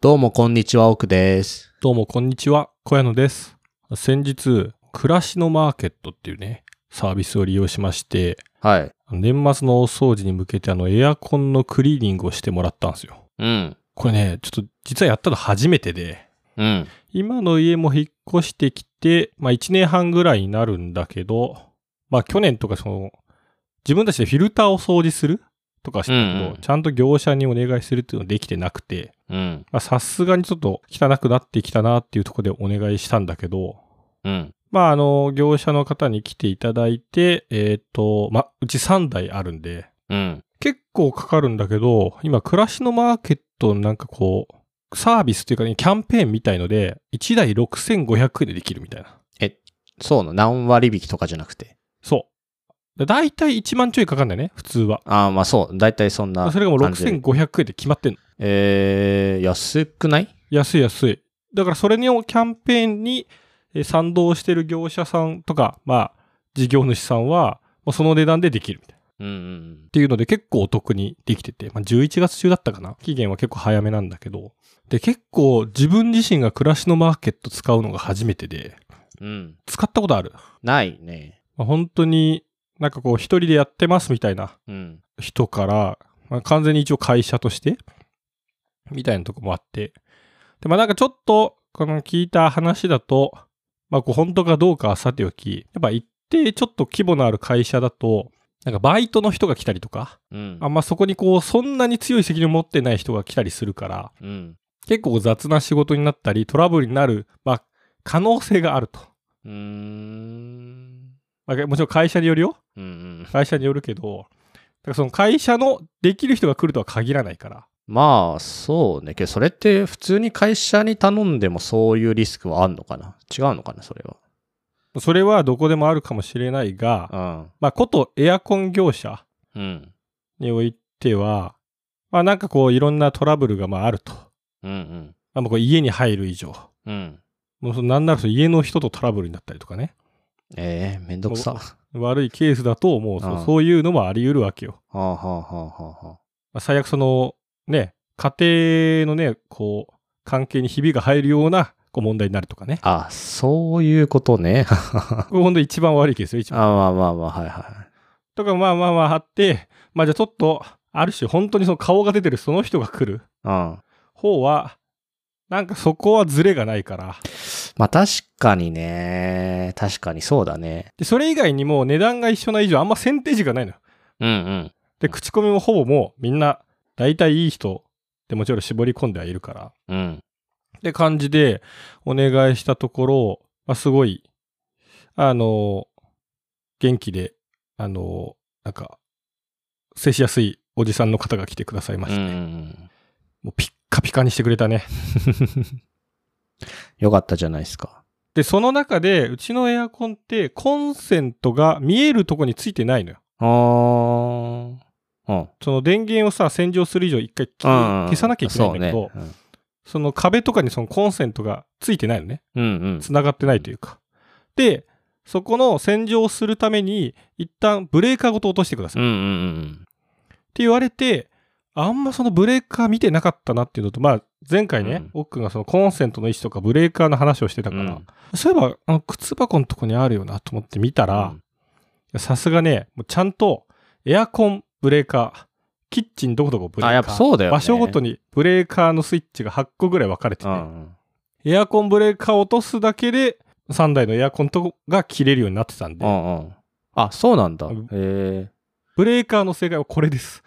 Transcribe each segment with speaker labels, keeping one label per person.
Speaker 1: どうもこんにちは、奥です。
Speaker 2: どうも、こんにちは。小屋野です。先日、暮らしのマーケットっていうね、サービスを利用しまして、
Speaker 1: はい。
Speaker 2: 年末のお掃除に向けてあの、エアコンのクリーニングをしてもらったんですよ。
Speaker 1: うん。
Speaker 2: これね、ちょっと実はやったの初めてで、
Speaker 1: うん。
Speaker 2: 今の家も引っ越してきて、まあ1年半ぐらいになるんだけど、まあ去年とかその、自分たちでフィルターを掃除するとかしてたけど、
Speaker 1: うんうん
Speaker 2: ちゃんと業者にお願いするっていうのできてなくて、
Speaker 1: うん。
Speaker 2: まあさすがにちょっと汚くなってきたなっていうところでお願いしたんだけど、
Speaker 1: うん。
Speaker 2: まあ、あの、業者の方に来ていただいて、えっ、と、まあ、うち3台あるんで、
Speaker 1: うん。
Speaker 2: 結構かかるんだけど、今、暮らしのマーケットのなんかこう、サービスというかね、キャンペーンみたいので、1台6500円でできるみたいな。
Speaker 1: そうなの。何割引きとかじゃなくて。
Speaker 2: そう。で大体1万ちょいかかんだよね、普通は。
Speaker 1: ああ、まあそう。だいたいそんな
Speaker 2: それがもう
Speaker 1: 感じで
Speaker 2: 6500円で決まってんの。
Speaker 1: えー、安くない
Speaker 2: 安い安い。だからそれのキャンペーンにえー賛同してる業者さんとか、まあ、事業主さんは、まあその値段でできるみたいな。
Speaker 1: うんうん
Speaker 2: っ。ていうので結構お得にできてて、まあ、11月中だったかな期限は結構早めなんだけどで結構自分自身が暮らしのマーケット使うのが初めてで
Speaker 1: うん。
Speaker 2: 使ったことある、
Speaker 1: ないね。
Speaker 2: まあ、本当になんかこう一人でやってますみたいな
Speaker 1: うん。
Speaker 2: 人から、まあ、完全に一応会社としてみたいなとこもあってでまあなんかちょっとこの聞いた話だとまあこう本当かどうかはさておきやっぱ一定ちょっと規模のある会社だとなんかバイトの人が来たりとか
Speaker 1: うん。
Speaker 2: あんまそこにこう、そんなに強い責任を持ってない人が来たりするから、
Speaker 1: うん。
Speaker 2: 結構雑な仕事になったり、トラブルになる、まあ、可能性があると。
Speaker 1: うーん。
Speaker 2: まあ、もちろん会社によるよ。
Speaker 1: うんうん。
Speaker 2: 会社によるけど、だからその会社のできる人が来るとは限らないから。
Speaker 1: まあ、そうね。けど、それって普通に会社に頼んでもそういうリスクはあんのかな違うのかなそれ
Speaker 2: それはどこでもあるかもしれないが、
Speaker 1: は。
Speaker 2: まあ、ことエアコン業者
Speaker 1: うん。うん。
Speaker 2: においては、まあ、なんかこう、いろんなトラブルがまああると。
Speaker 1: うん
Speaker 2: まあ、もうこれ家に入る以上。
Speaker 1: うん。うん。
Speaker 2: もうそのなんならその家の人とトラブルになったりとかね。
Speaker 1: えー、めんどくさ。
Speaker 2: 悪いケースだと、もうそう
Speaker 1: ああ
Speaker 2: そういうのもあり得るわけよ。
Speaker 1: はあはあはあはあはあ。
Speaker 2: まあ最悪そのね家庭のねこう関係にひびが入るようなこう問題になるとかね
Speaker 1: あ、そういうことね。 あ
Speaker 2: これ本当一番悪いケースよ一番
Speaker 1: まあまあまあ、はいは
Speaker 2: とかまあまあまああってまあじゃあちょっとある種本当にその顔が出てるその人が来る
Speaker 1: い。うん。
Speaker 2: 方はなんかそこはズレがないから
Speaker 1: まあ確かにね。確かにそうだね。
Speaker 2: でそれ以外にも値段が一緒な以上あんま選定時がないのよ
Speaker 1: うんうん。
Speaker 2: で口コミもほぼもうみんな大体いい人でもちろん絞り込んではいるから
Speaker 1: うん。
Speaker 2: って感じでお願いしたところ、まあ、すごい、あの、元気で、あの、なんか、接しやすいおじさんの方が来てくださいま
Speaker 1: うんう
Speaker 2: して、
Speaker 1: んうん。
Speaker 2: もうピッカピカにしてくれたね。
Speaker 1: よかったじゃないですか。
Speaker 2: で、その中で、うちのエアコンってコンセントが見えるとこについてないのよ。
Speaker 1: あー。うん。
Speaker 2: その電源をさ、洗浄する以上一回消消さなきゃいけないんだけど、
Speaker 1: そうね
Speaker 2: その壁とかにそのコンセントがついてないのね。
Speaker 1: うんうん
Speaker 2: つながってないというか。で、そこの洗浄するために、一旦ブレーカーごと落としてくだ
Speaker 1: う
Speaker 2: さ
Speaker 1: ん。う
Speaker 2: い。
Speaker 1: ん
Speaker 2: っ
Speaker 1: うん
Speaker 2: て言われて、あんまそのブレーカー見てなかったなっていうのと、まあ、前回
Speaker 1: う
Speaker 2: ね
Speaker 1: ん、
Speaker 2: 奥、がそのコンセントの位置とかブレーカーの話をしてた
Speaker 1: うん。
Speaker 2: から、
Speaker 1: うん
Speaker 2: そういえば、あの、靴箱のとこにあるよなと思って見たら、いやさすがね、もうちゃんとエアコンブレーカー、キッチンどこどこブレーカー。
Speaker 1: あやっぱそうだよね
Speaker 2: 場所ごとにブレーカーのスイッチが8個ぐらい分かれてて、
Speaker 1: うんうん。
Speaker 2: エアコンブレーカーを落とすだけで3台のエアコンとこが切れるようになってたん
Speaker 1: う
Speaker 2: で、
Speaker 1: んうん。あ、そうなんだ。へ
Speaker 2: うん
Speaker 1: え。
Speaker 2: ブレーカーの正解はこれです。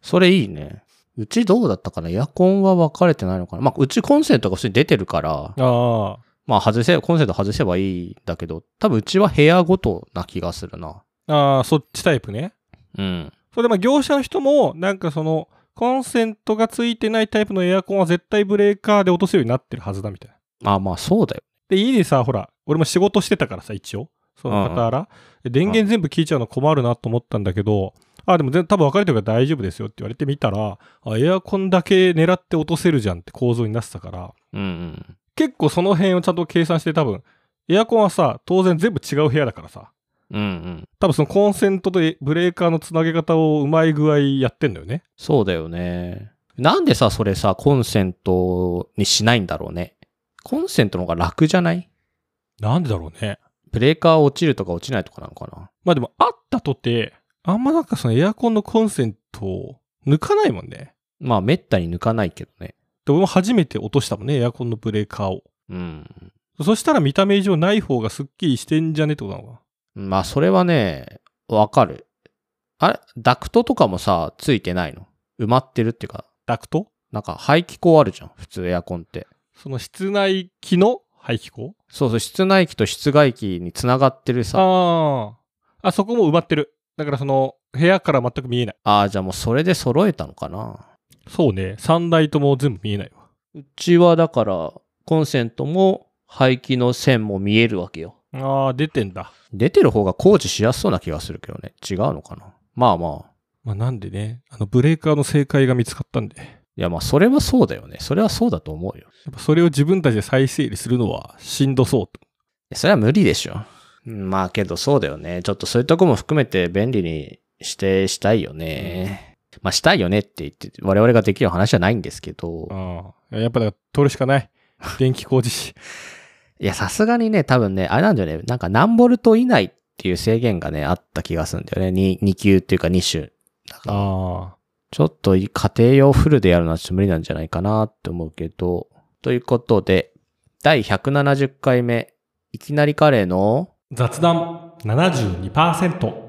Speaker 1: それいいね。うちどうだったかなエアコンは分かれてないのかなまあ、うちコンセントが普通に出てるから、
Speaker 2: ああ。
Speaker 1: まあ外せ、コンセント外せばいいんだけど、多分うちは部屋ごとな気がするな。
Speaker 2: ああ、そっちタイプね。
Speaker 1: うん。
Speaker 2: それでまあ業者の人も、なんかその、コンセントがついてないタイプのエアコンは絶対ブレーカーで落とせるようになってるはずだみたいな。
Speaker 1: あまあそうだよ。
Speaker 2: で、家でさ、ほら、俺も仕事してたからさ、一応。その傍ら。で電源全部消えちゃうの困るなと思ったんだけど、あ、でも全多分分かれてるから大丈夫ですよって言われてみたら、あエアコンだけ狙って落とせるじゃんって構造になってたから、
Speaker 1: うんうん。
Speaker 2: 結構その辺をちゃんと計算して多分エアコンはさ当然全部違う部屋だからさ
Speaker 1: うんうん。
Speaker 2: 多分そのコンセントとブレーカーのつなげ方をうまい具合やってんだよね
Speaker 1: そうだよね。なんでさ、それさ、コンセントにしないんだろうね。コンセントの方が楽じゃない
Speaker 2: なんでだろうね。
Speaker 1: ブレーカー落ちるとか落ちないとかなのかな
Speaker 2: まあでも、あったとて、あんまなんかそのエアコンのコンセントを抜かないもんね。
Speaker 1: まあ、めったに抜かないけどね。
Speaker 2: で、俺も初めて落としたもんね、エアコンのブレーカーを。
Speaker 1: うん。
Speaker 2: そしたら見た目以上ない方がすっきりしてんじゃねってことなのかな。
Speaker 1: まあ、それはね、わかる。あれダクトとかもさ、ついてないの埋まってるっていうか、
Speaker 2: ダクト
Speaker 1: なんか排気口あるじゃん。普通エアコンって。
Speaker 2: その室内機の排気口
Speaker 1: そうそう、室内機と室外機につながってるさ。
Speaker 2: ああ。あ、そこも埋まってる。だからその、部屋から全く見えない。
Speaker 1: ああー、じゃあもうそれで揃えたのかな。
Speaker 2: そうね。3台とも全部見えないわ。
Speaker 1: うちはだから、コンセントも排気の線も見えるわけよ。
Speaker 2: ああ、出てんだ。
Speaker 1: 出てる方が工事しやすそうな気がするけどね。違うのかな。まあまあ。
Speaker 2: まあなんでね、あのブレーカーの正解が見つかったんで、や
Speaker 1: いやまあ、それはそうだよね。それはそうだと思うよ。
Speaker 2: っぱそれを自分たちで再整理するのはしんどそうと。
Speaker 1: それは無理でしょ。うんまあけどそうだよね。ちょっとそういうとこも含めて便利にしてしたいよね。まあしたいよねって言って、我々ができる話じゃないんですけど。
Speaker 2: ああ。やっぱだから取るしか ない。電気工事士。
Speaker 1: いや、さすがにね、多分ね、あれなんだよね。なんか何ボルト以内っていう制限がね、あった気がするんだよね。2, 2級っていうか2種。だから
Speaker 2: ああ。
Speaker 1: ちょっと家庭用フルでやるのはちょっと無理なんじゃないかなって思うけど。ということで、第170回目、いきなりカレーの
Speaker 2: 雑談72%。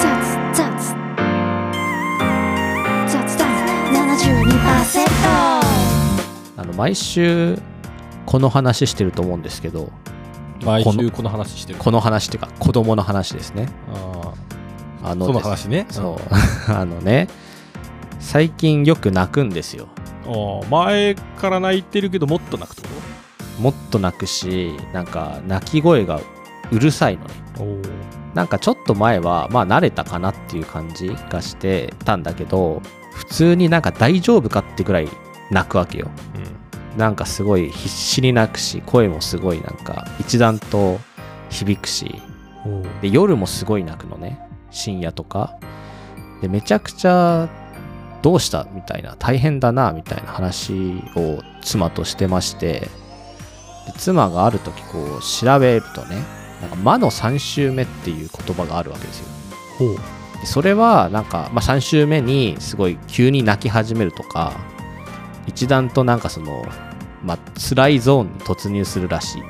Speaker 3: 雑雑雑談72%
Speaker 1: あの、毎週、この話してると思うんですけど、
Speaker 2: 毎
Speaker 1: こ
Speaker 2: 週
Speaker 1: の
Speaker 2: この話してる。
Speaker 1: この話っていうか、子供の話ですね。
Speaker 2: あ
Speaker 1: あ
Speaker 2: あ。
Speaker 1: の
Speaker 2: その
Speaker 1: です
Speaker 2: 話ね。
Speaker 1: そう。 あのね、最近よく泣くんですよ。
Speaker 2: ああ前から泣いてるけどもっと泣くってこ
Speaker 1: もっと泣くし、なんか、泣き声がうるさいのね。
Speaker 2: とお
Speaker 1: なんかちょっと前は、まあ慣れたかなっていう感じがしてたんだけど、普通になんか大丈夫かってぐらい泣くわけよ。なんかすごい必死に泣くし、声もすごいなんか一段と響くし、
Speaker 2: うん。おう
Speaker 1: で夜もすごい泣くのね深夜とかでめちゃくちゃどうしたみたいな大変だなみたいな話を妻としてましてで妻がある時こう調べるとねなんか魔の3週目っていう言葉があるわけですよ
Speaker 2: ほう。
Speaker 1: でそれはなんか、まあ、3週目にすごい急に泣き始めるとか一段となんかその、まあ辛いゾーンに突入するらしい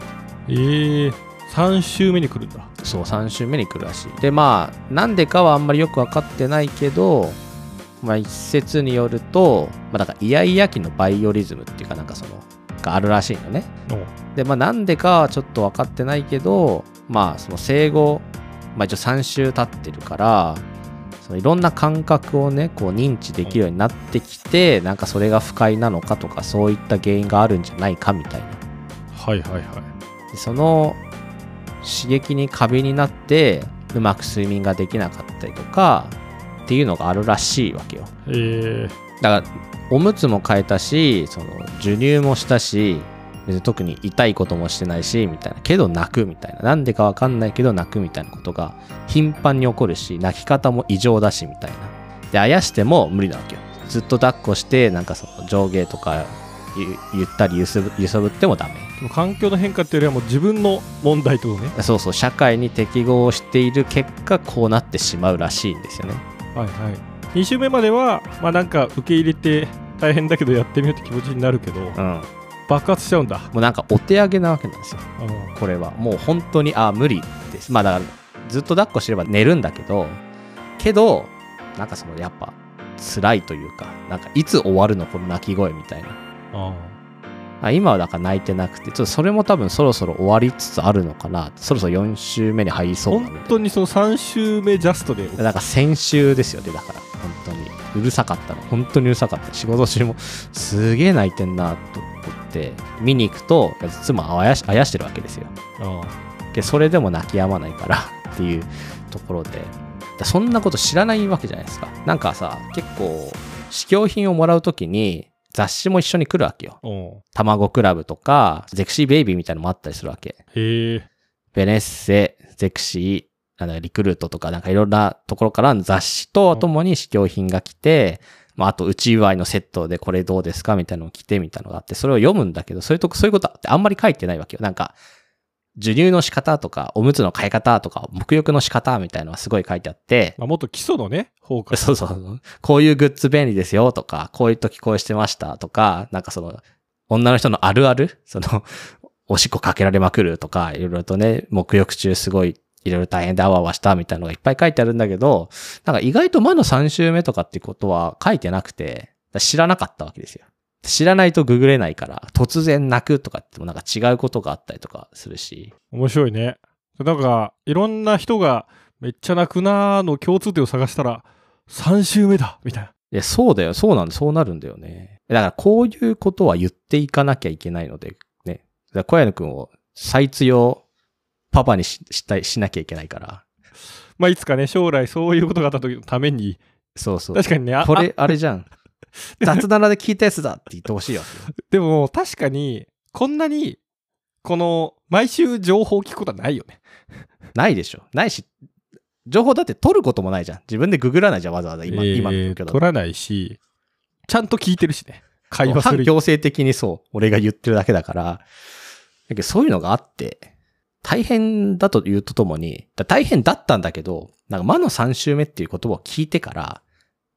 Speaker 2: ええ3週目に来るんだ。
Speaker 1: そう3週目に来るらしいでまあなんでかはあんまりよく分かってないけど、まあ、一説によると、まあ、だからイヤイヤ期のバイオリズムっていうかなんかそのがあるらしいのね
Speaker 2: おう
Speaker 1: でまあなんでかはちょっと分かってないけどまあその生後、まあ、一応3週経ってるからそのいろんな感覚をねこう認知できるようになってきてなんかそれが不快なのかとかそういった原因があるんじゃないかみたいな
Speaker 2: はいはいはい。
Speaker 1: でその刺激に過敏になってうまく睡眠ができなかったりとかっていうのがあるらしいわけよ
Speaker 2: ええ
Speaker 1: だからおむつも変えたしその授乳もしたし別に特に痛いこともしてないしみたいなけど泣くみたいななんでかわかんないけど泣くみたいなことが頻繁に起こるし泣き方も異常だしみたいなであやしても無理なわけよずっと抱っこしてなんかその上下とかゆゆったり揺すぶ揺さぶってもダメ
Speaker 2: でも環境の変化っていうよりはもう自分の問題ってことね。
Speaker 1: そうそう社会に適合している結果こうなってしまうらしいんですよね
Speaker 2: はいはい。2週目までは、まあなんか受け入れて大変だけどやってみようって気持ちになるけど、
Speaker 1: うんも
Speaker 2: 爆発しちゃうんだ。
Speaker 1: うなんかお手上げなわけなんですよ
Speaker 2: あ
Speaker 1: これはもう本当にああ無理ですまあだからずっと抱っこしてれば寝るんだけどけどなんかそのやっぱ辛いというかなんかいつ終わるのこの泣き声みたいな
Speaker 2: あ。
Speaker 1: あ今はだから泣いてなくてちょっとそれも多分そろそろ終わりつつあるのかなそろそろ4週目に入りそうだみたい
Speaker 2: 本
Speaker 1: な
Speaker 2: 当にその3週目ジャストで。
Speaker 1: だから先週ですよね、だから、本当に。うるさかったの、本当にうるさかった。仕事中も、すげえ泣いてんなと思って、見に行くと、妻をあやしあやしてるわけですよ。
Speaker 2: あ
Speaker 1: で、それでも泣き止まないからっていうところで、だそんなこと知らないわけじゃないですか。なんかさ、結構、試供品をもらうときに、雑誌も一緒に来るわけよ。
Speaker 2: おう
Speaker 1: 卵クラブとか、ゼクシーベイビーみたいなのもあったりするわけ。
Speaker 2: へえ。
Speaker 1: ベネッセ、ゼクシー、なんだリクルートとか、なんかいろんなところから雑誌とともに試供品が来て、まあ、あと、内祝いのセットでこれどうですかみたいなのを着てみたいなのがあって、それを読むんだけど、そういうとこ、そういうことってあんまり書いてないわけよ。なんか、授乳の仕方とか、おむつの買い方とか、沐浴の仕方みたいなのはすごい書いてあって、
Speaker 2: まあ、もっと基礎のね、方から。
Speaker 1: そうそう。こういうグッズ便利ですよとか、こういう時こうしてましたとか、なんかその、女の人のあるある その、おしっこかけられまくるとか、いろいろとね、沐浴中すごい、いろいろ大変であわあわしたみたいなのがいっぱい書いてあるんだけど、なんか意外と前の3週目とかってことは書いてなくて、だから知らなかったわけですよ。知らないとググれないから、突然泣くとかってもなんか違うことがあったりとかするし。
Speaker 2: 面白いね。なんか、いろんな人が、めっちゃ泣くなーの共通点を探したら、3週目だみたいな。
Speaker 1: いや、そうだよ。そうなんだ。そうなるんだよね。だから、こういうことは言っていかなきゃいけないので、ね。だから小谷野くんを再通用パパにししたい、しなきゃいけないから。
Speaker 2: まあ、いつかね、将来そういうことがあった時のために、
Speaker 1: そうそう。
Speaker 2: 確かにね、あ
Speaker 1: これ、あれじゃん。雑ならで聞いたやつだって言ってほしいわけよ。
Speaker 2: でも確かにこんなにこの毎週情報を聞くことはないよね。
Speaker 1: ないでしょ。ないし、情報だって取ることもないじゃん。自分でググらないじゃん、わざわざ今、今の状況だと
Speaker 2: 取らないしちゃんと聞いてるしね会話す
Speaker 1: 反
Speaker 2: る
Speaker 1: 強制的にそう、俺が言ってるだけだから、だけどそういうのがあって、大変だと言うとともに、だ大変だったんだけど、なんか魔の3周目っていう言葉を聞いてから、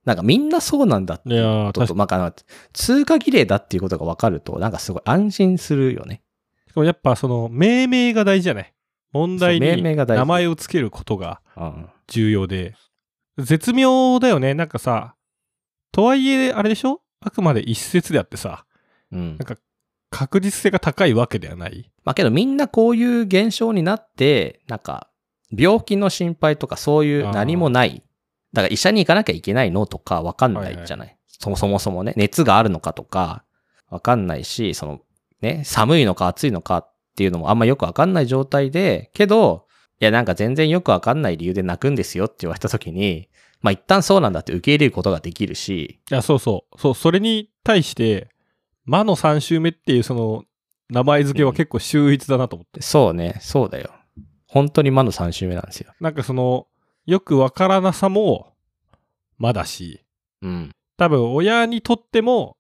Speaker 1: なんかみんなそうなんだってい
Speaker 2: いやー
Speaker 1: うこと
Speaker 2: 確か
Speaker 1: と、まああの、通過儀礼だっていうことが分かると、なんかすごい安心するよね。
Speaker 2: しかもやっぱその命名が大事じゃない問題
Speaker 1: そう
Speaker 2: に
Speaker 1: 命名が大事
Speaker 2: 名前をつけることが
Speaker 1: うん。
Speaker 2: 重要で絶妙だよねなんかさとはいえあれでしょあくまで一説であってさ
Speaker 1: うん
Speaker 2: なん。か確実性が高いわけではない
Speaker 1: まあけどみんなこういう現象になって、なんか、病気の心配とかそういう何もない。だから医者に行かなきゃいけないのとかわかんないじゃない。そもそもそもね、熱があるのかとかわかんないし、そのね、寒いのか暑いのかっていうのもあんまよくわかんない状態で、けど、いやなんか全然よくわかんない理由で泣くんですよって言われた時に、まあ一旦そうなんだって受け入れることができるし、
Speaker 2: いや、そうそう。そう、それに対して、魔の3周目っていうその名前付けは結構秀逸だなと思って。
Speaker 1: そうね、そうだよ。本当に魔の3周目なんですよ。
Speaker 2: なんかその、よくわからなさも、魔だし、
Speaker 1: うん。
Speaker 2: 多分親にとっても、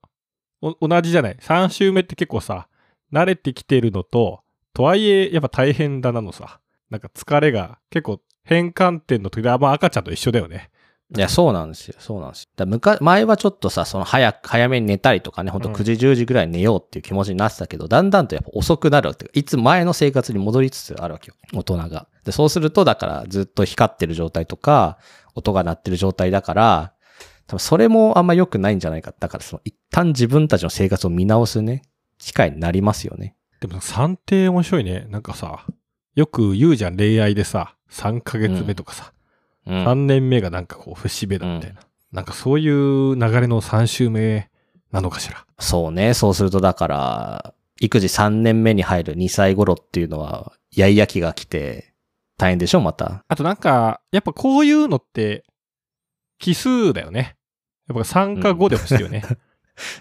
Speaker 2: お同じじゃない。3周目って結構さ、慣れてきてるのと、とはいえ、やっぱ大変だなのさ。なんか疲れが結構変換点の時で、あまあ赤ちゃんと一緒だよね。
Speaker 1: いや、そうなんですよ。そうなんですよ。だからむか前はちょっとさ、その早く、早めに寝たりとかね、ほんと
Speaker 2: うん
Speaker 1: 9時、10時ぐらいに寝ようっていう気持ちになってたけど、だんだんとやっぱ遅くなるっていうか、いつ前の生活に戻りつつあるわけよ。大人が。で、そうすると、だからずっと光ってる状態とか、音が鳴ってる状態だから、多分それもあんま良くないんじゃないか。だからその、一旦自分たちの生活を見直すね、機会になりますよね。
Speaker 2: でもさ、算定面白いね。なんかさ、よく言うじゃん、恋愛でさ、3ヶ月目とかさ。
Speaker 1: うん
Speaker 2: 3年目がなんかこう節目だみたいな、なんかそういう流れの3週目なのかしら
Speaker 1: そうね。そうすると、だから、育児3年目に入る2歳頃っていうのは、やいや期が来て、大変でしょ、また。
Speaker 2: あとなんかやっぱこういうのって奇数だよねやっぱ3か5で欲しいよね、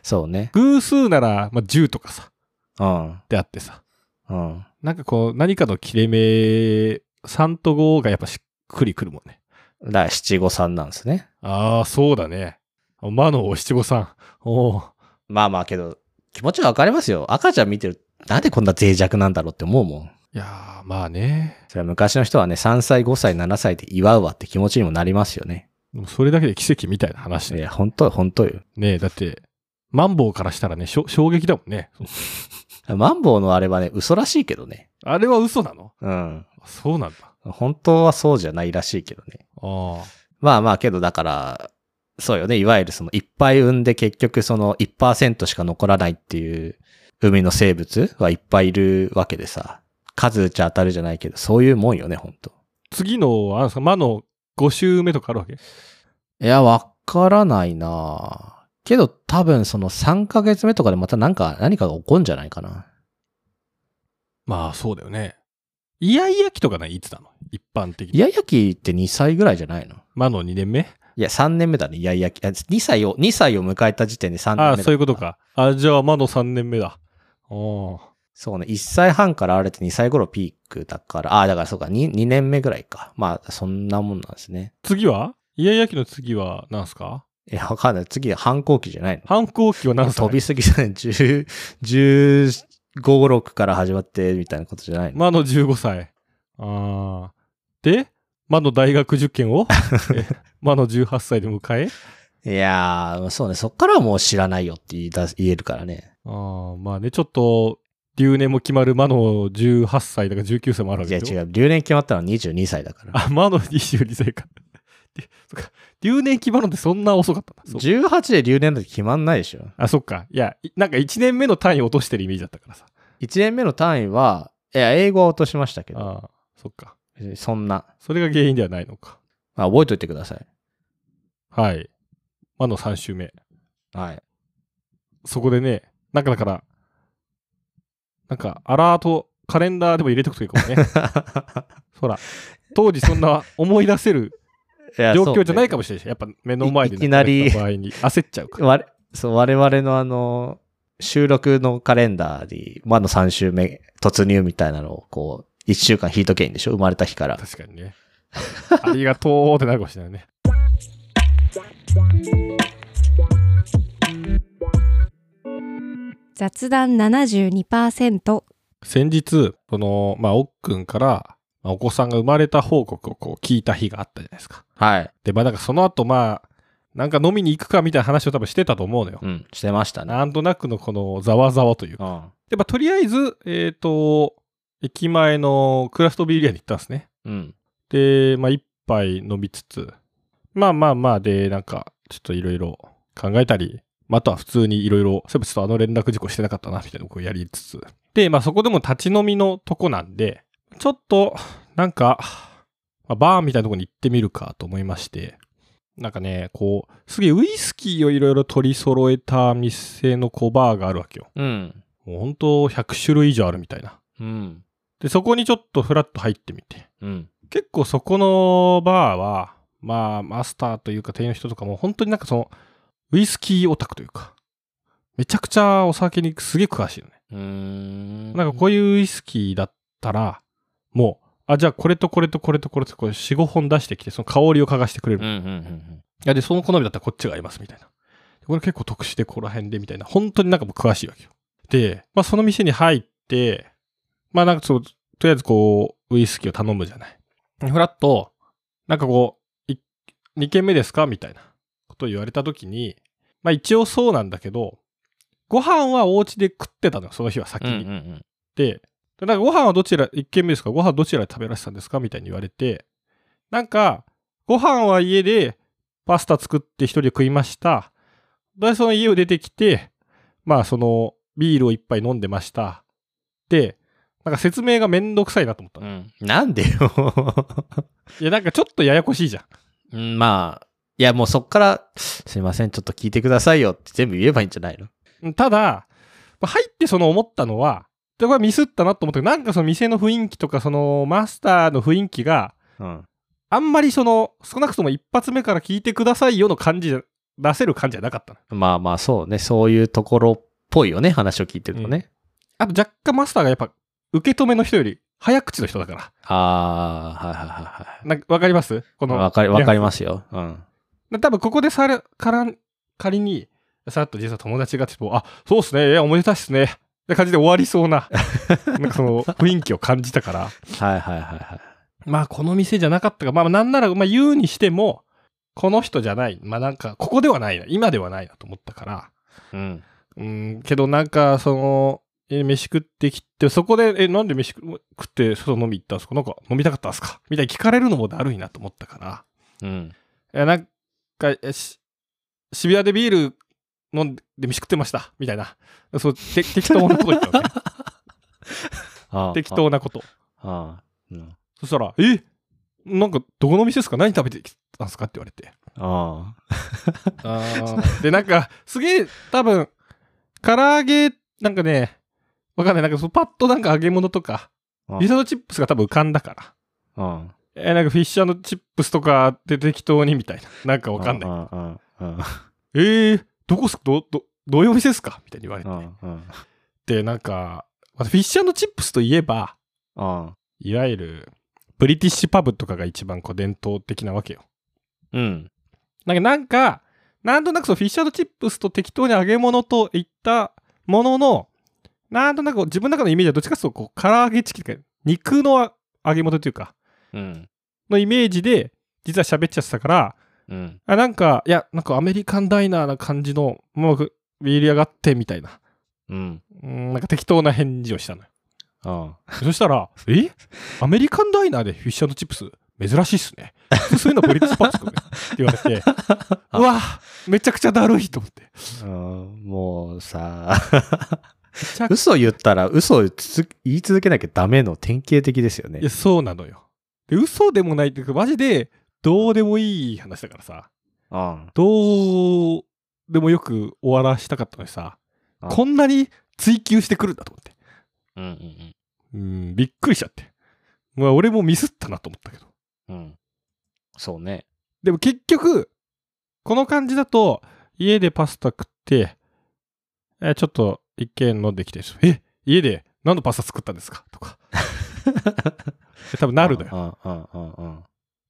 Speaker 1: そうね。
Speaker 2: 偶数なら、まあ、10とかさ
Speaker 1: うん。
Speaker 2: であってさ
Speaker 1: うん。
Speaker 2: なんかこう何かの切れ目3と5がやっぱしっくりくるもんね
Speaker 1: だから七五三なんですね。
Speaker 2: ああそうだね魔の七五三おー
Speaker 1: まあまあけど、気持ちはわかりますよ。赤ちゃん見てる、なんでこんな脆弱なんだろうって思うもん。
Speaker 2: いやーまあね
Speaker 1: それは昔の人はね、3歳、5歳、7歳で祝うわって気持ちにもなりますよね。
Speaker 2: でもそれだけで奇跡みたいな
Speaker 1: い
Speaker 2: 話だよ
Speaker 1: や、本当よ、本当よ。
Speaker 2: ねえだってマンボウからしたらねしょ衝撃だもんね
Speaker 1: マンボウのあれはね、嘘らしいけどね。
Speaker 2: あれは嘘なの
Speaker 1: うん。
Speaker 2: そうなんだ。あ
Speaker 1: 本当はそうじゃないらしいけどね。
Speaker 2: あ。
Speaker 1: まあまあけどだから、そうよね。いわゆるそのいっぱい産んで結局その1%しか残らないっていう海の生物はいっぱいいるわけでさ。数打ち当たるじゃないけど、そういうもんよね、ほんと。
Speaker 2: 次の、あれですか、魔の5周目とかあるわけ
Speaker 1: いや、わからないなぁけど多分その3ヶ月目とかでまたなんか、何かが起こんじゃないかな。
Speaker 2: まあ、そうだよね。イヤイヤ期とかね、いつなの一般的
Speaker 1: イ
Speaker 2: に。
Speaker 1: ヤイヤ期って2歳ぐらいじゃないの
Speaker 2: 魔の2年目
Speaker 1: いや、3年目だね。いやいや、2歳を、2歳を迎えた時点で3年目
Speaker 2: あ
Speaker 1: だ
Speaker 2: あ、そういうこと。か。あじゃあ、まだ3年目だ。おー
Speaker 1: そうね。1歳半からあれって2歳頃ピークだから、ああ、だからそうか2、2年目ぐらいか。まあ、そんなもんなんですね。
Speaker 2: 次はイヤイヤ期の次は何すか
Speaker 1: え、わかんない。次、反抗期じゃないの
Speaker 2: 反抗期は何すか
Speaker 1: 飛びすぎじゃない ?10、15、6から始まって、みたいなことじゃないの、
Speaker 2: 魔の15歳。あーで、魔の大学受験 をえ魔の18歳で迎え
Speaker 1: いやー、そうね。そっからはもう知らないよって言い出す言えるからね。
Speaker 2: あーまあね、ちょっと、留年も決まる魔の18歳だから19歳もあるわ
Speaker 1: いや
Speaker 2: けでしょ
Speaker 1: 違う。留年決まったのは22歳だから。
Speaker 2: あ、魔の22歳か。でそっか留年決まるのってそんな遅かったな。そう
Speaker 1: 18で留年なんて決まんないでしょ。
Speaker 2: あ、そっか。いや、いなんか1年目の単位落としてるイメージだったからさ。
Speaker 1: 1年目の単位は、いや、英語は落としましたけど、
Speaker 2: ああ、そっか。
Speaker 1: 別にそんな。
Speaker 2: それが原因ではないのか。
Speaker 1: まあ、覚えといてください。
Speaker 2: はい。魔の3週目。
Speaker 1: はい。
Speaker 2: そこでね、なんかだから、なんかアラート、カレンダーでも入れておくといいかもね。 ほら、当時そんな思い出せる状況じゃないか
Speaker 1: も
Speaker 2: もしれないし、やっぱ目の前で
Speaker 1: いいきなり
Speaker 2: 亡くった場合に焦っちゃうから。
Speaker 1: われそう我々のあの、収録のカレンダーに、まあの3週目突入みたいなのを、こう、1週間引いとけばいいんでしょ生まれた日から。
Speaker 2: 確かにね。ありがとうってなるかもしれないね。
Speaker 4: 雑談72%
Speaker 2: 先日、その、まあ、おっくんから、まあお子さんが生まれた報告をこう聞いた日があったじゃないですか。
Speaker 1: はい。
Speaker 2: で、まあ、なんかその後、まあ、なんか飲みに行くかみたいな話を多分してたと思うのよ。
Speaker 1: うん、してましたね。
Speaker 2: なんとなくのこのざわざわというか
Speaker 1: うん。
Speaker 2: で、まあ、とりあえず、えっ、と、駅前のクラフトビール屋に行ったんですね。
Speaker 1: うん。
Speaker 2: で、まあ、一杯飲みつつ、まあまあまあ、で、なんか、ちょっといろいろ考えたり、まあ、あとは普通にいろいろ、そういえばちょっとあの連絡事項してなかったな、みたいなのをこうやりつつ。で、まあ、そこでも立ち飲みのとこなんで、ちょっと、なんか、まあ、バーみたいなとこに行ってみるかと思いまして、なんかね、こう、すげえウイスキーをいろいろ取り揃えた店の小バーがあるわけよ。
Speaker 1: うん。
Speaker 2: もう本当100種類以上あるみたいな。
Speaker 1: うん。
Speaker 2: で、そこにちょっとフラッと入ってみて。
Speaker 1: うん。
Speaker 2: 結構そこのバーは、まあ、マスターというか店員の人とかも、本当になんかその、ウイスキーオタクというか、めちゃくちゃお酒にすげえ詳しいのね。
Speaker 1: うーん。
Speaker 2: なんかこういうウイスキーだったら、もう、あ、じゃあこれとこれとこれとこれとこれ4、5本出してきて、その香りを嗅がしてくれる。
Speaker 1: う
Speaker 2: い
Speaker 1: ん、うん、うん
Speaker 2: や、で、その好みだったらこっちがありますみたいな。これ結構特殊でここら辺でみたいな。本当になんかもう詳しいわけよ。で、まあその店に入って、まあなんかそう、とりあえずこう、ウイスキーを頼むじゃない。フラッと、なんかこう、い2軒目ですかみたいなことを言われた時に、まあ一応そうなんだけど、ご飯はお家で食ってたのよ、その日は先
Speaker 1: うん。うん、
Speaker 2: に。
Speaker 1: うん
Speaker 2: で、でなんかご飯はどちら、1軒目ですかご飯どちらで食べられてたんですかみたいに言われて、なんか、ご飯は家でパスタ作って一人で食いました。で、その家を出てきて、まあそのビールを一杯飲んでました。で、なんか説明がめんどくさいなと思った
Speaker 1: う
Speaker 2: の。
Speaker 1: ん。うん。なんでよ。
Speaker 2: いや、なんかちょっとややこしいじゃん。
Speaker 1: うん、まあ、いや、もうそっから、すいません、ちょっと聞いてくださいよって全部言えばいいんじゃないの
Speaker 2: ただ、まあ入ってその思ったのは、でこれミスったなと思ったけど、なんかその店の雰囲気とか、そのマスターの雰囲気が、
Speaker 1: うん。
Speaker 2: あんまりその、少なくとも一発目から聞いてくださいよの感じじゃ、出せる感じじゃなかったの。
Speaker 1: まあまあ、そうね。そういうところっぽいよね。話を聞いてるとね。
Speaker 2: あと若干マスターがやっぱ、受け止めの人より早口の人だから。
Speaker 1: ああ、はいはいはいはい。
Speaker 2: なんかわかりますこの。。
Speaker 1: わかり、わかりますすよ。うん。
Speaker 2: 多分ここでさら、からん、仮に、さらっと実は友達がtipo、あ、そうっすね、いやおめでたいっすね。って感じで終わりそうな、なんかその雰囲気を感じたから。
Speaker 1: はいはいはいはい。
Speaker 2: まあこの店じゃなかったか、まあなんなら、まあ言うにしても、この人じゃない。まあなんか、ここではないな。今ではないなと思ったから。
Speaker 1: うん。
Speaker 2: うん、けどなんか、その、え、飯食ってきて、そこで、え、なんで飯食食って外飲み行ったんですかなんか飲みたかったんですかみたいに聞かれるのもだるいなと思ったから。
Speaker 1: うん。
Speaker 2: え、なんか、えし、渋谷でビール飲んで飯食ってました。みたいな。そう、て適当なこと言ったわけ
Speaker 1: あー
Speaker 2: 適。当なこと。
Speaker 1: あーあー。うん
Speaker 2: そしたら、えなんか、どこの店ですか何食べてきたんですかって言われて。
Speaker 1: あ
Speaker 2: で、なんか、すげえ、多分、唐揚げ、なんかね、わかんない。なんか、そのパッとなんか揚げ物とか、
Speaker 1: ー。
Speaker 2: リゾートチップスが多分浮かんだから。
Speaker 1: うん。
Speaker 2: え、なんかフィッシュチップスとかで適当にみたいな。なんかわかんない。
Speaker 1: ない。うんうん
Speaker 2: えー、どこっすかど、ど、どういうお店ですかみたいに言われ
Speaker 1: うん
Speaker 2: て。
Speaker 1: うん
Speaker 2: で、なんか、まあフィッシュチップスといえば、
Speaker 1: うん
Speaker 2: いわゆる、ブリティッシュパブとかが一番こう伝統的なわけよ。
Speaker 1: うん
Speaker 2: なんか、なんか、なんとなくそのフィッシュチップスと適当に揚げ物といったものの、なんとなく自分の中のイメージはどっちかというとこう、唐揚げチキンとか、肉の揚げ物というか、
Speaker 1: うん
Speaker 2: のイメージで、実は喋っちゃってたから、
Speaker 1: うん
Speaker 2: あなんか、いや、なんかアメリカンダイナーな感じの、もう、ビール上がってみたいな、
Speaker 1: うん
Speaker 2: うんなんか適当な返事をしたのよ。
Speaker 1: うん
Speaker 2: そしたら、 えアメリカンダイナーでフィッシュチップス、珍しいっすね。そういうのブリッツパッツかねって言われて、うわめちゃくちゃだるいと思って。め
Speaker 1: うんもうさ
Speaker 2: ちゃくち
Speaker 1: 嘘言ったら嘘をつつ言い続けなきゃダメの典型的ですよ
Speaker 2: ゃ
Speaker 1: ね
Speaker 2: いや、そうなのよ。で、嘘でもないっていうか、マジで、どうでもいい話だからさ、
Speaker 1: うん
Speaker 2: どうでもよく終わらしたかったのにさ、
Speaker 1: うん
Speaker 2: こんなに追求してくるんだと思って。
Speaker 1: うんうん
Speaker 2: うん、びっくりしちゃって。まあ、俺もミスったなと思ったけど。
Speaker 1: うんうんそうね
Speaker 2: でも結局、この感じだと、家でパスタ食って、えーちょっと一軒飲んできて、え、家で何のパスタ作ったんですかと か。多分なるのよ。
Speaker 1: うんうんうんうん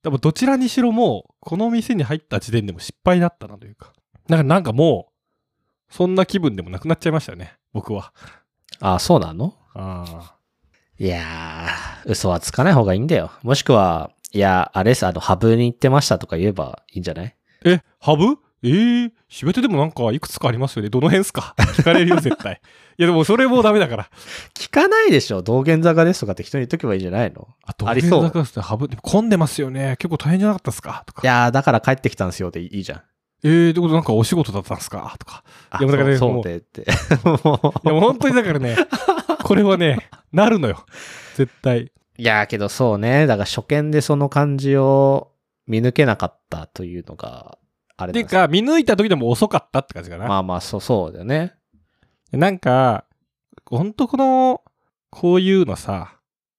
Speaker 2: 多分どちらにしろもう、この店に入った時点でも失敗だったなというか。なんかなんかもう、そんな気分でもなくなっちゃいましたよね、僕は。
Speaker 1: あそうなの
Speaker 2: あ
Speaker 1: いやー、嘘はつかない方がいいんだよ。もしくは、いや、あれです、あの、ハブに行ってましたとか言えばいいんじゃない
Speaker 2: ーえ、ハブえー、しべてでもなんかいくつかありますよね。どの辺っすか聞かれるよ、絶 対。いや、でもそれもうダメだから。
Speaker 1: 聞かないでしょ道玄坂ですとかって人に言っとけばいいんじゃないの
Speaker 2: あと、
Speaker 1: ありそう
Speaker 2: 道玄坂ですねハブ、でも混んでますよね。結構大変じゃなかったですかと
Speaker 1: い
Speaker 2: か。
Speaker 1: やー、だから帰ってきたんですよでいいじゃん。
Speaker 2: えー、ってことなんかお仕事だったんですかとか。
Speaker 1: あ
Speaker 2: いやだからね
Speaker 1: そう
Speaker 2: も
Speaker 1: そううでって。 も
Speaker 2: いや、
Speaker 1: う
Speaker 2: もう本当にだからね、これはね、なるのよ。絶対。
Speaker 1: いやー、けどそうね。だから初見でその感じを見抜けなかったというのが、あれ
Speaker 2: て
Speaker 1: で
Speaker 2: いう
Speaker 1: すね
Speaker 2: か、見抜いた時でも遅かったって感じかな。
Speaker 1: まあまあ、そう、そうだよね。
Speaker 2: なんか、本当この、こういうのさ、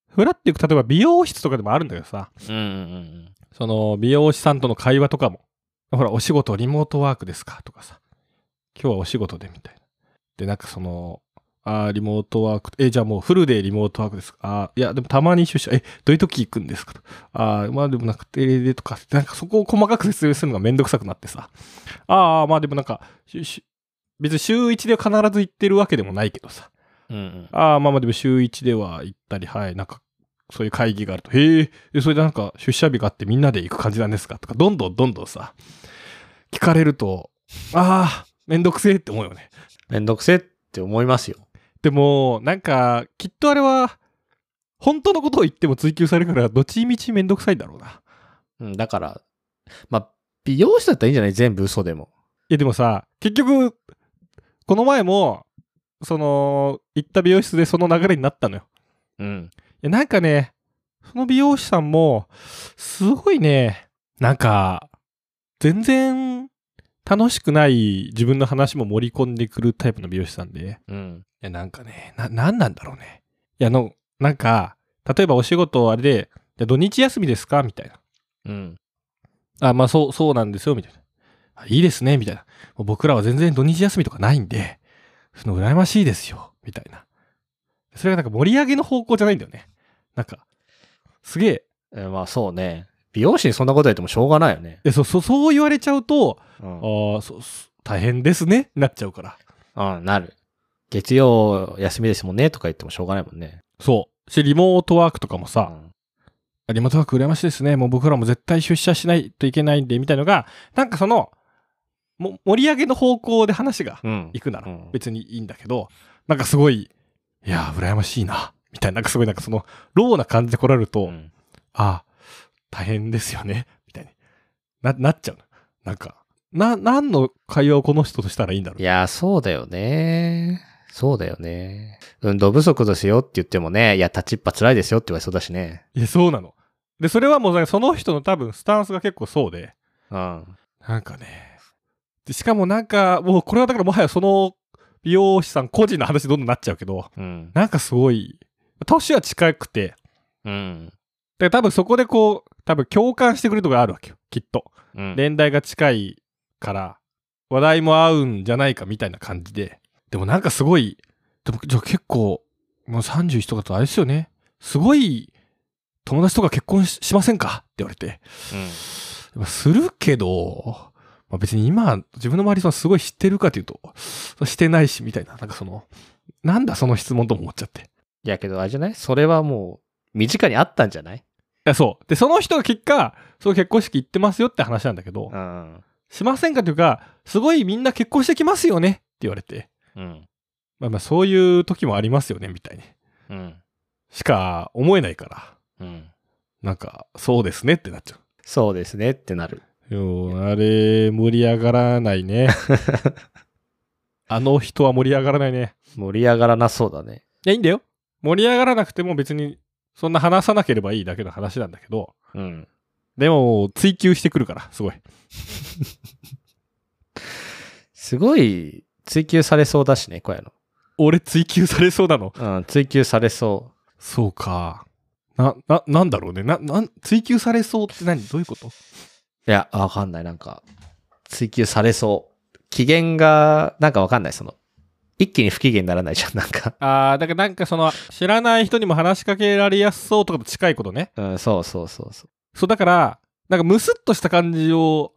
Speaker 2: フラっていく、例えば美容室とかでもあるんだけどさ、
Speaker 1: うんうん
Speaker 2: その美容師さんとの会話とかも、ほら、お仕事、リモートワークですかとかさ、今日はお仕事でみたいな。で、なんかその、あーリモートワーク、え、じゃあもうフルでリモートワークですかあーいや、でもたまに出社、え、どういう時行くんですかと。あーまあでもなくて、でとか、なんかそこを細かく説明するのがめんどくさくなってさ、ああ、まあでもなんか、しし別に週1で必ず行ってるわけでもないけどさ、
Speaker 1: うん。うんうん。
Speaker 2: ああ、まあまあでも週1では行ったり、はい、なんか、そういう会議があると、へえ、でそれでなんか出社日があってみんなで行く感じなんですかとか、どんどんどんどんさ、聞かれると、ああ、めんどくせえって思うよね。
Speaker 1: めんどくせえって思いますよ。
Speaker 2: でも、なんか、きっとあれは、本当のことを言っても追求されるから、どっちみちめんどくさいんだろうな。
Speaker 1: うん、だから、まあ、美容師だったらいいんじゃない全部嘘でも。
Speaker 2: いやでもさ、結局、この前も、その、行った美容室でその流れになったのよ。
Speaker 1: うん。
Speaker 2: いや、なんかね、その美容師さんも、すごいね、なんか、全然楽しくない自分の話も盛り込んでくるタイプの美容師さんで、い
Speaker 1: うん。
Speaker 2: や、なんかね、な、なんなんだろうね。いや、あの、なんか、例えばお仕事あれで、じゃあ土日休みですかみたいな。
Speaker 1: うん。
Speaker 2: あ、まあそう、そうなんですよ、みたいな。あいいですね、みたいな。もう僕らは全然土日休みとかないんで、その羨ましいですよ、みたいな。それがなんか盛り上げの方向じゃないんだよね。なんか、すげえ、
Speaker 1: えーまあそうね。美容師にそんなこと言ってもしょうがないよね。
Speaker 2: えそうそうそう言われちゃうと、
Speaker 1: うん。
Speaker 2: ああ、そうす大変ですね、なっちゃうから。
Speaker 1: うんなる。月曜休みですもんねとか言ってもしょうがないもんね。
Speaker 2: そう。し、リモートワークとかも
Speaker 1: う
Speaker 2: さ、
Speaker 1: ん
Speaker 2: リモートワーク羨ましいですね。もう僕らも絶対出社しないといけないんで、みたいのが、なんかその、も盛り上げの方向で話が
Speaker 1: うん。
Speaker 2: 行くなら
Speaker 1: うん
Speaker 2: 別にいいんだけど、なんかすごい、いやー、羨ましいな、みたいな、なんかすごいなんかその、ローな感じで来られると、
Speaker 1: うん
Speaker 2: ああ、大変ですよね、みたいにな、なっちゃうの。なんか、な、何の会話をこの人としたらいいんだろう
Speaker 1: い。や、そうだよね。そうだよね。運動不足ですよって言ってもね、いや、立ちっぱ辛いですよって言われそうだしね。
Speaker 2: いや、そうなの。で、それはもうなんかその人の多分スタンスが結構そうで、
Speaker 1: うん。
Speaker 2: なんかね、でしかもなんか、もうこれはだからもはやその美容師さん個人の話どんどんなっちゃうけど、
Speaker 1: うん。
Speaker 2: なんかすごい、年は近くて、
Speaker 1: うん。
Speaker 2: で多分そこでこう、多分共感してくれるとこがあるわけよ、きっと。
Speaker 1: うん
Speaker 2: 年代が近いから話題も合うんじゃないかみたいな感じででもなんかすごいでもじゃあ結構もう31とかとあれですよねすごい友達とか結婚ししませんかって言われてまあするけど、まあ、別に今自分の周りそのすごい知ってるかというとしてないしみたいななんかそのなんだその質問とも思っちゃってい
Speaker 1: いやけどあれじゃないそれはもう身近にあったんじゃない
Speaker 2: やそうでその人が結果その結婚式行ってますよって話なんだけど、
Speaker 1: うん。
Speaker 2: しませんかというかすごいみんな結婚してきますよねって言われて
Speaker 1: うん。
Speaker 2: まあまあそういう時もありますよねみたいに
Speaker 1: うん。
Speaker 2: しか思えないから
Speaker 1: うん。
Speaker 2: なんかそうですねってなっちゃ
Speaker 1: そうですねってなる。
Speaker 2: うよあれ盛り上がらないねあの人は盛り上がらないね
Speaker 1: 盛り上がらなそうだね。
Speaker 2: いやいいんだよ盛り上がらなくても別にそんな話さなければいいだけの話なんだけど
Speaker 1: うん。
Speaker 2: でも追求してくるからすごい
Speaker 1: すごい追求されそうだしね、小屋
Speaker 2: 俺追求されそうなの
Speaker 1: の。うん、追求されそ
Speaker 2: そうかな、な、なんだろうね。な、なん、追求されそうって何どういうこと
Speaker 1: う。いや、わかんない。なんか、追求されそう。機嫌が、なんかわかんない。その、一気に不機嫌にならないじゃん、なんか。
Speaker 2: ああ、だからなんかその、知らない人にも話しかけられやすそうとかと近いことね。
Speaker 1: うん、そうそうそうそ
Speaker 2: そう、だから、なんかムスッとした感じを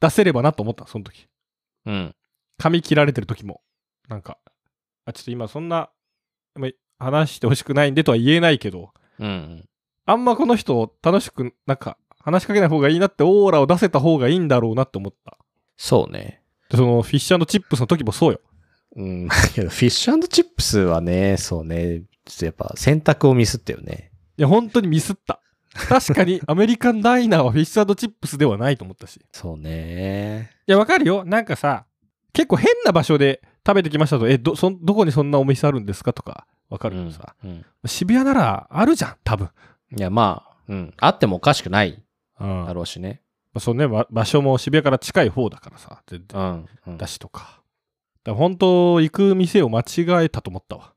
Speaker 2: 出せればなと思った、その時。
Speaker 1: う。うん。
Speaker 2: 髪切られてる時も。なんか、あ、ちょっと今そんな、ま話してほしくないんでとは言えないけど、
Speaker 1: うん。
Speaker 2: あんまこの人楽しく、なんか、話しかけない方がいいなってオーラを出せた方がいいんだろうなって思った。
Speaker 1: そうね。
Speaker 2: で、その、フィッシュチップスの時もそうよ。
Speaker 1: うん、だけど、フィッシュチップスはね、そうね、ちょっとやっぱ選択をミスったよね。
Speaker 2: いや、本当にミスった。確かに、アメリカンダイナーはフィッシュチップスではないと思ったし。
Speaker 1: そうね。
Speaker 2: いや、わかるよ。なんかさ、結構変な場所で食べてきましたと、え、ど、そんどこにそんなお店あるんですかとか、わかるけどさ、
Speaker 1: うん。うん
Speaker 2: 渋谷ならあるじゃん、多分。
Speaker 1: いや、まあ、うん。あってもおかしくない
Speaker 2: うん
Speaker 1: だろうしね。
Speaker 2: そうね、わ場所も渋谷から近い方だからさ、全
Speaker 1: う
Speaker 2: 然。
Speaker 1: ん。うん
Speaker 2: だしとか。だから本当、行く店を間違えたと思ったわ。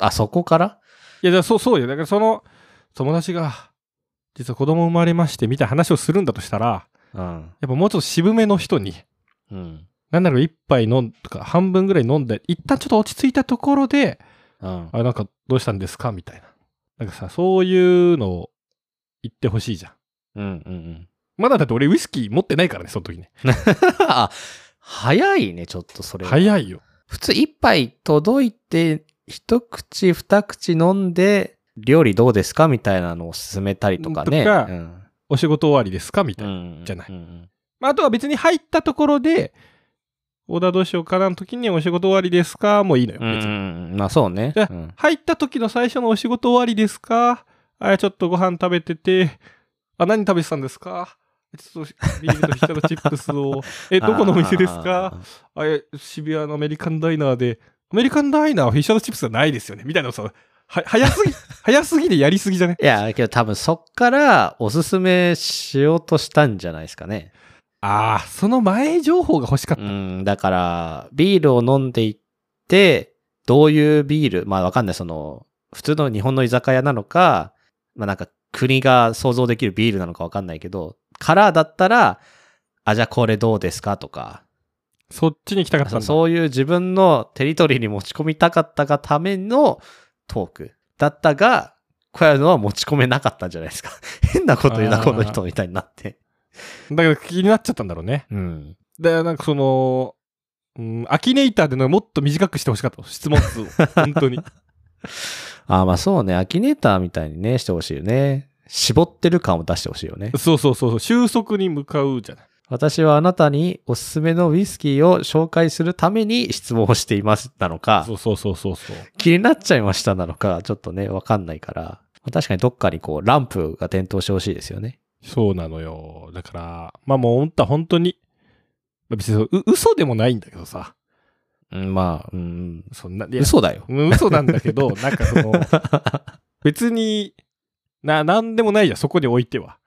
Speaker 1: あ、そこから
Speaker 2: いや、だからそう、そうよ。だからその、友達が、実は子供生まれまして、みたいな話をするんだとしたら、
Speaker 1: うん。
Speaker 2: やっぱもうちょっと渋めの人に、
Speaker 1: うん。
Speaker 2: なんだろう、一杯飲んとか、半分ぐらい飲んで、一旦ちょっと落ち着いたところで、
Speaker 1: うん。
Speaker 2: あ、なんかどうしたんですかみたいな。なんかさ、そういうのを言ってほしいじゃん。
Speaker 1: うん。うん。
Speaker 2: まだだって俺ウイスキー持ってないからね、その時ね。
Speaker 1: あ、早いね、ちょっとそれは。
Speaker 2: 早いよ。
Speaker 1: 普通一杯届いて、一口二口飲んで、料理どうですかみたいなのを勧めたりとかね。
Speaker 2: とか
Speaker 1: うん。
Speaker 2: お仕事終わりですかみたいな。
Speaker 1: うん
Speaker 2: じゃない
Speaker 1: うん
Speaker 2: まあ、あとは別に入ったところで、オーダーどうしようかなの時にお仕事終わりですかもういいのよ、
Speaker 1: うん
Speaker 2: 別
Speaker 1: う
Speaker 2: に。
Speaker 1: んうんまあそうね。
Speaker 2: じゃあ
Speaker 1: うん
Speaker 2: 入った時の最初のお仕事終わりですかあ、ちょっとご飯食べてて、あ、何食べてたんですかちょっとビールとひたのチップスを。え、どこのお店ですかあれ、渋谷のアメリカンダイナーで、アメリカンダイナーはフィッシュチップスはないですよね、みたいなのさ、は早すぎ、 早すぎでやりすぎじゃね
Speaker 1: いや、けど多分そっからおすすめしようとしたんじゃないですかね。
Speaker 2: ああ、その前情報が欲 しかった。
Speaker 1: うん、だから、ビールを飲んでいって、どういうビール、まあわかんない、その、普通の日本の居酒屋なのか、まあなんか国が想像できるビールなのかわかんないけど、カラーだったら、あ、じゃあこれどうですかとか、
Speaker 2: そっちに行きたかった
Speaker 1: そ
Speaker 2: ん
Speaker 1: う
Speaker 2: だ。
Speaker 1: そういう自分のテリトリーに持ち込みたかったがためのトークだったが、小屋のは持ち込めなかったんじゃないですか。 変なこと言うな、
Speaker 2: あー
Speaker 1: この人みたいになって。
Speaker 2: だから気になっちゃったんだろうね。
Speaker 1: うん。
Speaker 2: で、なんかその、うん、アキネイターでのもっと短くしてほしかった。質問 数を。本当に。
Speaker 1: ああ、まあそうね。アキネーターみたいにね、してほしいよね。絞ってる感を出してほしい よね。
Speaker 2: そうそうそうそう。収束に向かうじゃない。
Speaker 1: 私はあなたにおすすめのウイスキーを紹介するために質問をしていますなのか
Speaker 2: そ、うそうそうそうそう。
Speaker 1: 気になっちゃいましたなのか、ちょっとね、わかんないから。まあ確かにどっかにこう、ランプが点灯してほしいですよね。
Speaker 2: そうなのよ。だから、まあもう本当は本当に、まあ別にそうう嘘でもないんだけどさ。
Speaker 1: うん、まあ、うん。
Speaker 2: そんな、いや
Speaker 1: 嘘だよ。
Speaker 2: うん嘘なんだけど、なんかその、別に、な、なんでもないじゃん、そこに置いては。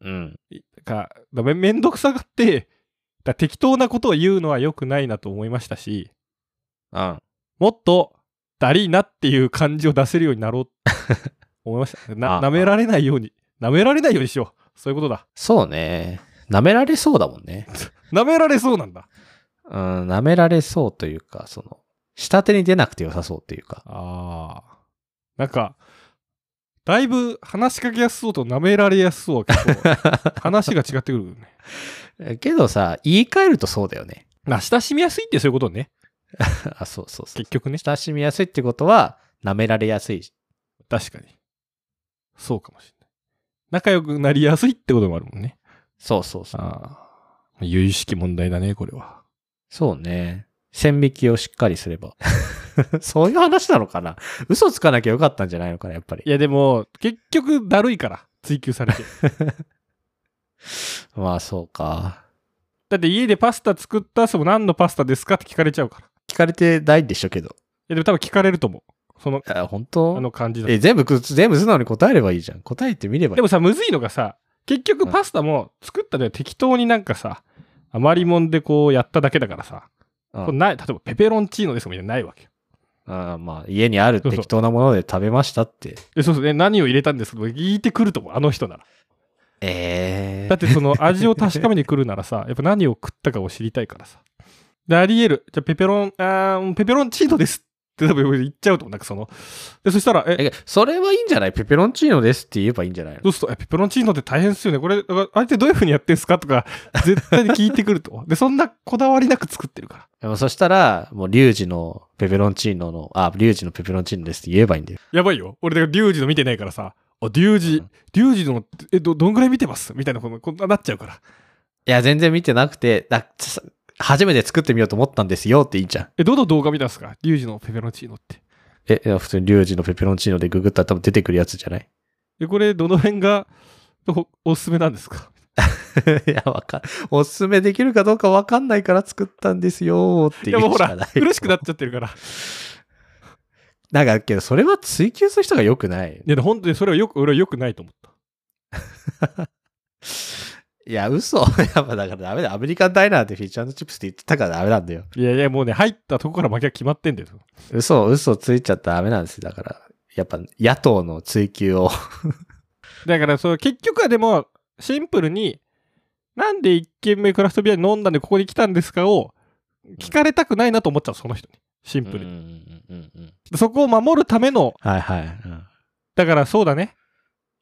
Speaker 1: うん。
Speaker 2: いかだめめんどくさがって、だ適当なことを言うのは良くないなと思いましたし、
Speaker 1: うん。
Speaker 2: もっと、だりーなっていう感じを出せるようになろう思いました。な、
Speaker 1: あ
Speaker 2: 舐められないように舐められないようにしよう。そういうことだ。
Speaker 1: そうね。舐められそうだもんね。
Speaker 2: 舐められそうなんだ。
Speaker 1: うん、舐められそうというか、その、下手に出なくて良さそうっていうか。
Speaker 2: ああ。なんか、だいぶ話しかけやすそうと舐められやすそうは結 構話が違ってくるよね。
Speaker 1: えけどさ、言い換えるとそうだよね。
Speaker 2: まあ、親しみやすいってそういうことね。
Speaker 1: あ、そうそうそう。
Speaker 2: 結局ね。
Speaker 1: 親しみやすいってことは、舐められやすいし。
Speaker 2: 確かに。そうかもしれない。仲良くなりやすいってこともあるもんね。
Speaker 1: そうそうそう。
Speaker 2: ああ。由々しき問題だね、これは。
Speaker 1: そうね。線引きをしっかりすれ ば。そういう話なのかな嘘つかなきゃよかったんじゃないのかな、やっぱり
Speaker 2: い。や、でも、結局、だるいから、追求されて。
Speaker 1: まあ、そうか。
Speaker 2: だって家でパスタ作った後も何のパスタですかって聞かれちゃうから。い
Speaker 1: 聞かれてないんでしょけど。
Speaker 2: や、でも多分聞かれると思う。その、
Speaker 1: あ本
Speaker 2: あ
Speaker 1: 当
Speaker 2: の感じだと
Speaker 1: え、全部く、全部素直に答えればいいじゃん。答えてみればいい。
Speaker 2: でもさ、むずいのがさ、結局
Speaker 1: うん
Speaker 2: パスタも作ったのは適当になんかさ、余りもんでこうやっただけだからさ、
Speaker 1: うん
Speaker 2: これない例えばペペロンチーノですみたいなのないわけよ。
Speaker 1: あーまあ、家にある
Speaker 2: そうそう
Speaker 1: 適当なもので食べましたって。
Speaker 2: でそうですね、何を入れたんですけど、聞いてくると思う、あの人なら。
Speaker 1: ええ
Speaker 2: だってその味を確かめに来るならさ、やっぱ何を食ったかを知りたいからさ。で、あり得る。じゃあペペロン、あーペペロンチーノですって多分言っちゃうと思う、なんかその。で、そしたら、え、
Speaker 1: え、それはいいんじゃないペペロンチーノですって言えばいいんじゃないの
Speaker 2: そうすると、えペペロンチーノって大変ですよね。これ、あれってどういう風にやってんすかとか、 絶対に聞いてくると。で、そんなこだわりなく作ってるから。
Speaker 1: でもそしたら、もうリュウジのペペロンチーノの、あ、リュウジのペペロンチーノですって言えばいいんだよ。
Speaker 2: やばいよ。俺、だからリュウジの見てないからさ、あ、リュウジ、リュウジの、え、ど、どんぐらい見てますみたいなこと、こんななっちゃうから。
Speaker 1: いや、全然見てなくて、ださ初めて作ってみようと思ったんですよっていいじゃん。
Speaker 2: え、どの動画見たんすかリュウジのペペロンチーノって。
Speaker 1: え、いや普通にリュウジのペペロンチーノでググったら多分出てくるやつじゃない
Speaker 2: え、これ、どの辺が、お、おすすめなんですか
Speaker 1: いや、わかんおすすめできるかどうかわかんないから作ったんですよーって
Speaker 2: い
Speaker 1: 言
Speaker 2: や、
Speaker 1: う
Speaker 2: もう
Speaker 1: し
Speaker 2: ほ
Speaker 1: からない。、
Speaker 2: 苦しくなっちゃってる から。い
Speaker 1: なんか、けど、それは追求する人が良くない。
Speaker 2: や、本当にそれはよく、俺は良くないと思った。
Speaker 1: いや、嘘。 やっぱだからダメだ。アメリカンダイナーってフィッシュチップスって言ってたからダメなんだよ。
Speaker 2: いやいや、もうね、入ったとこから負けは決まってんだよ。
Speaker 1: 嘘、嘘ついちゃったらダメなんですよ。だから、やっぱ野党の追及を。
Speaker 2: だから、そう、結局はでも、シンプルに、なんで1軒目クラフトビアに飲んだんでここに来たんですかを、聞かれたくないなと思っちゃう、その人に。シンプルに。そこを守るための、
Speaker 1: はいはい。うん
Speaker 2: だからそうだね。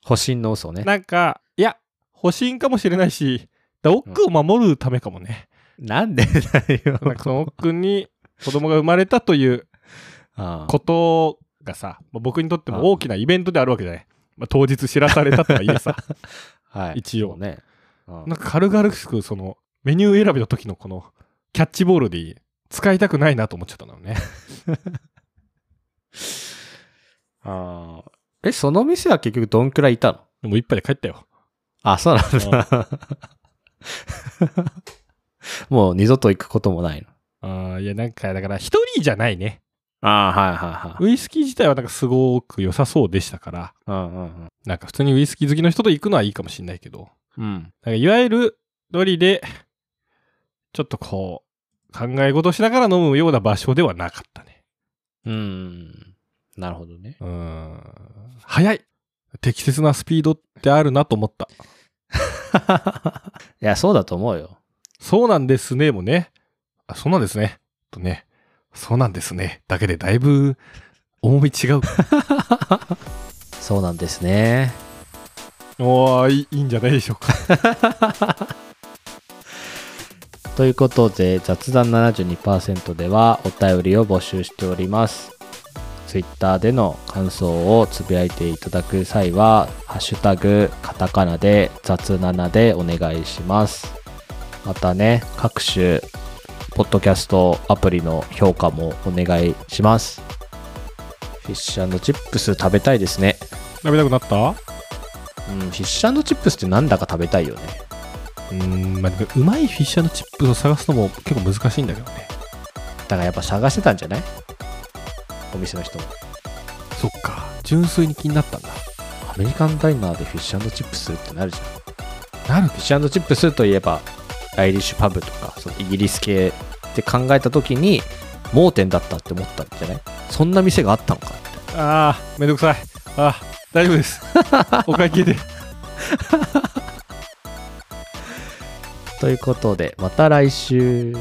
Speaker 1: 保身の嘘ね。
Speaker 2: なんか、いや、保身かもしれないし、だ奥を守るためかもね。
Speaker 1: なんでだよ。
Speaker 2: な んかその奥に子供が生まれたという
Speaker 1: ああ
Speaker 2: ことがさ、まあ僕にとっても大きなイベントであるわけじゃない。まあ、当日知らされたとはいえ さ、
Speaker 1: はい。
Speaker 2: 一
Speaker 1: そ
Speaker 2: 応
Speaker 1: う。ね。うん
Speaker 2: なんか軽々しく、その、メニュー選びの時のこの、キャッチボールでいい使いたくないなと思っちゃったのね。
Speaker 1: ああえ、その店は結局どんくらいいたの
Speaker 2: で も一杯で帰ったよ。
Speaker 1: あ、そうなんだ。 もう二度と行くこともないの。
Speaker 2: ああ、いや、なんか、だから、一人じゃないね。
Speaker 1: ああ、はいはいはい。
Speaker 2: ウイスキー自体はなんかすごく良さそうでしたから、
Speaker 1: うんうん
Speaker 2: なんか普通にウイスキー好きの人と行くのはいいかもしれないけど、
Speaker 1: うん。うん。
Speaker 2: なんかいわゆるノリで、ちょっとこう、考え事しながら飲むような場所ではなかったね。
Speaker 1: うん。なるほどね。
Speaker 2: うーん。早い適切なスピードってあるなと思った。
Speaker 1: いや、そうだと思うよ。
Speaker 2: そうなんですね、もね。あ、そうなんですね。とね。そうなんですね。だけでだいぶ、重み違う。
Speaker 1: そうなんですね。
Speaker 2: おーいいいいんじゃないでしょう か。
Speaker 1: ということで雑談72%ではお便りを募集しております。Twitter での感想をつぶやいていただく際は「ハッシュタグカタカナ」で「雑7」でお願いします。またね各種ポッドキャストアプリの評価もお願いします。フィッシュチップス食べたいですね。
Speaker 2: 食べたくなったう
Speaker 1: うん、フィッシュチップスってなんだか食べたいよね。
Speaker 2: ーん、まあ、でもうまいフィッシャーのチップを探すのも結構難しいんだけどね。
Speaker 1: だからやっぱ探してたんじゃないお店の人も。
Speaker 2: そっか。純粋に気になったんだ。
Speaker 1: アメリカンダイナーでフィッシュチップスってなるじゃん。フ
Speaker 2: なるで
Speaker 1: ィッシュチップスといえば、アイリッシュパブとか、そのイギリス系って考えた時に、盲点だったって思ったんじゃないそんな店があったのかって。
Speaker 2: ああ、めんどくさい。ああ、大丈夫です。お会計で。
Speaker 1: ということで、また来週。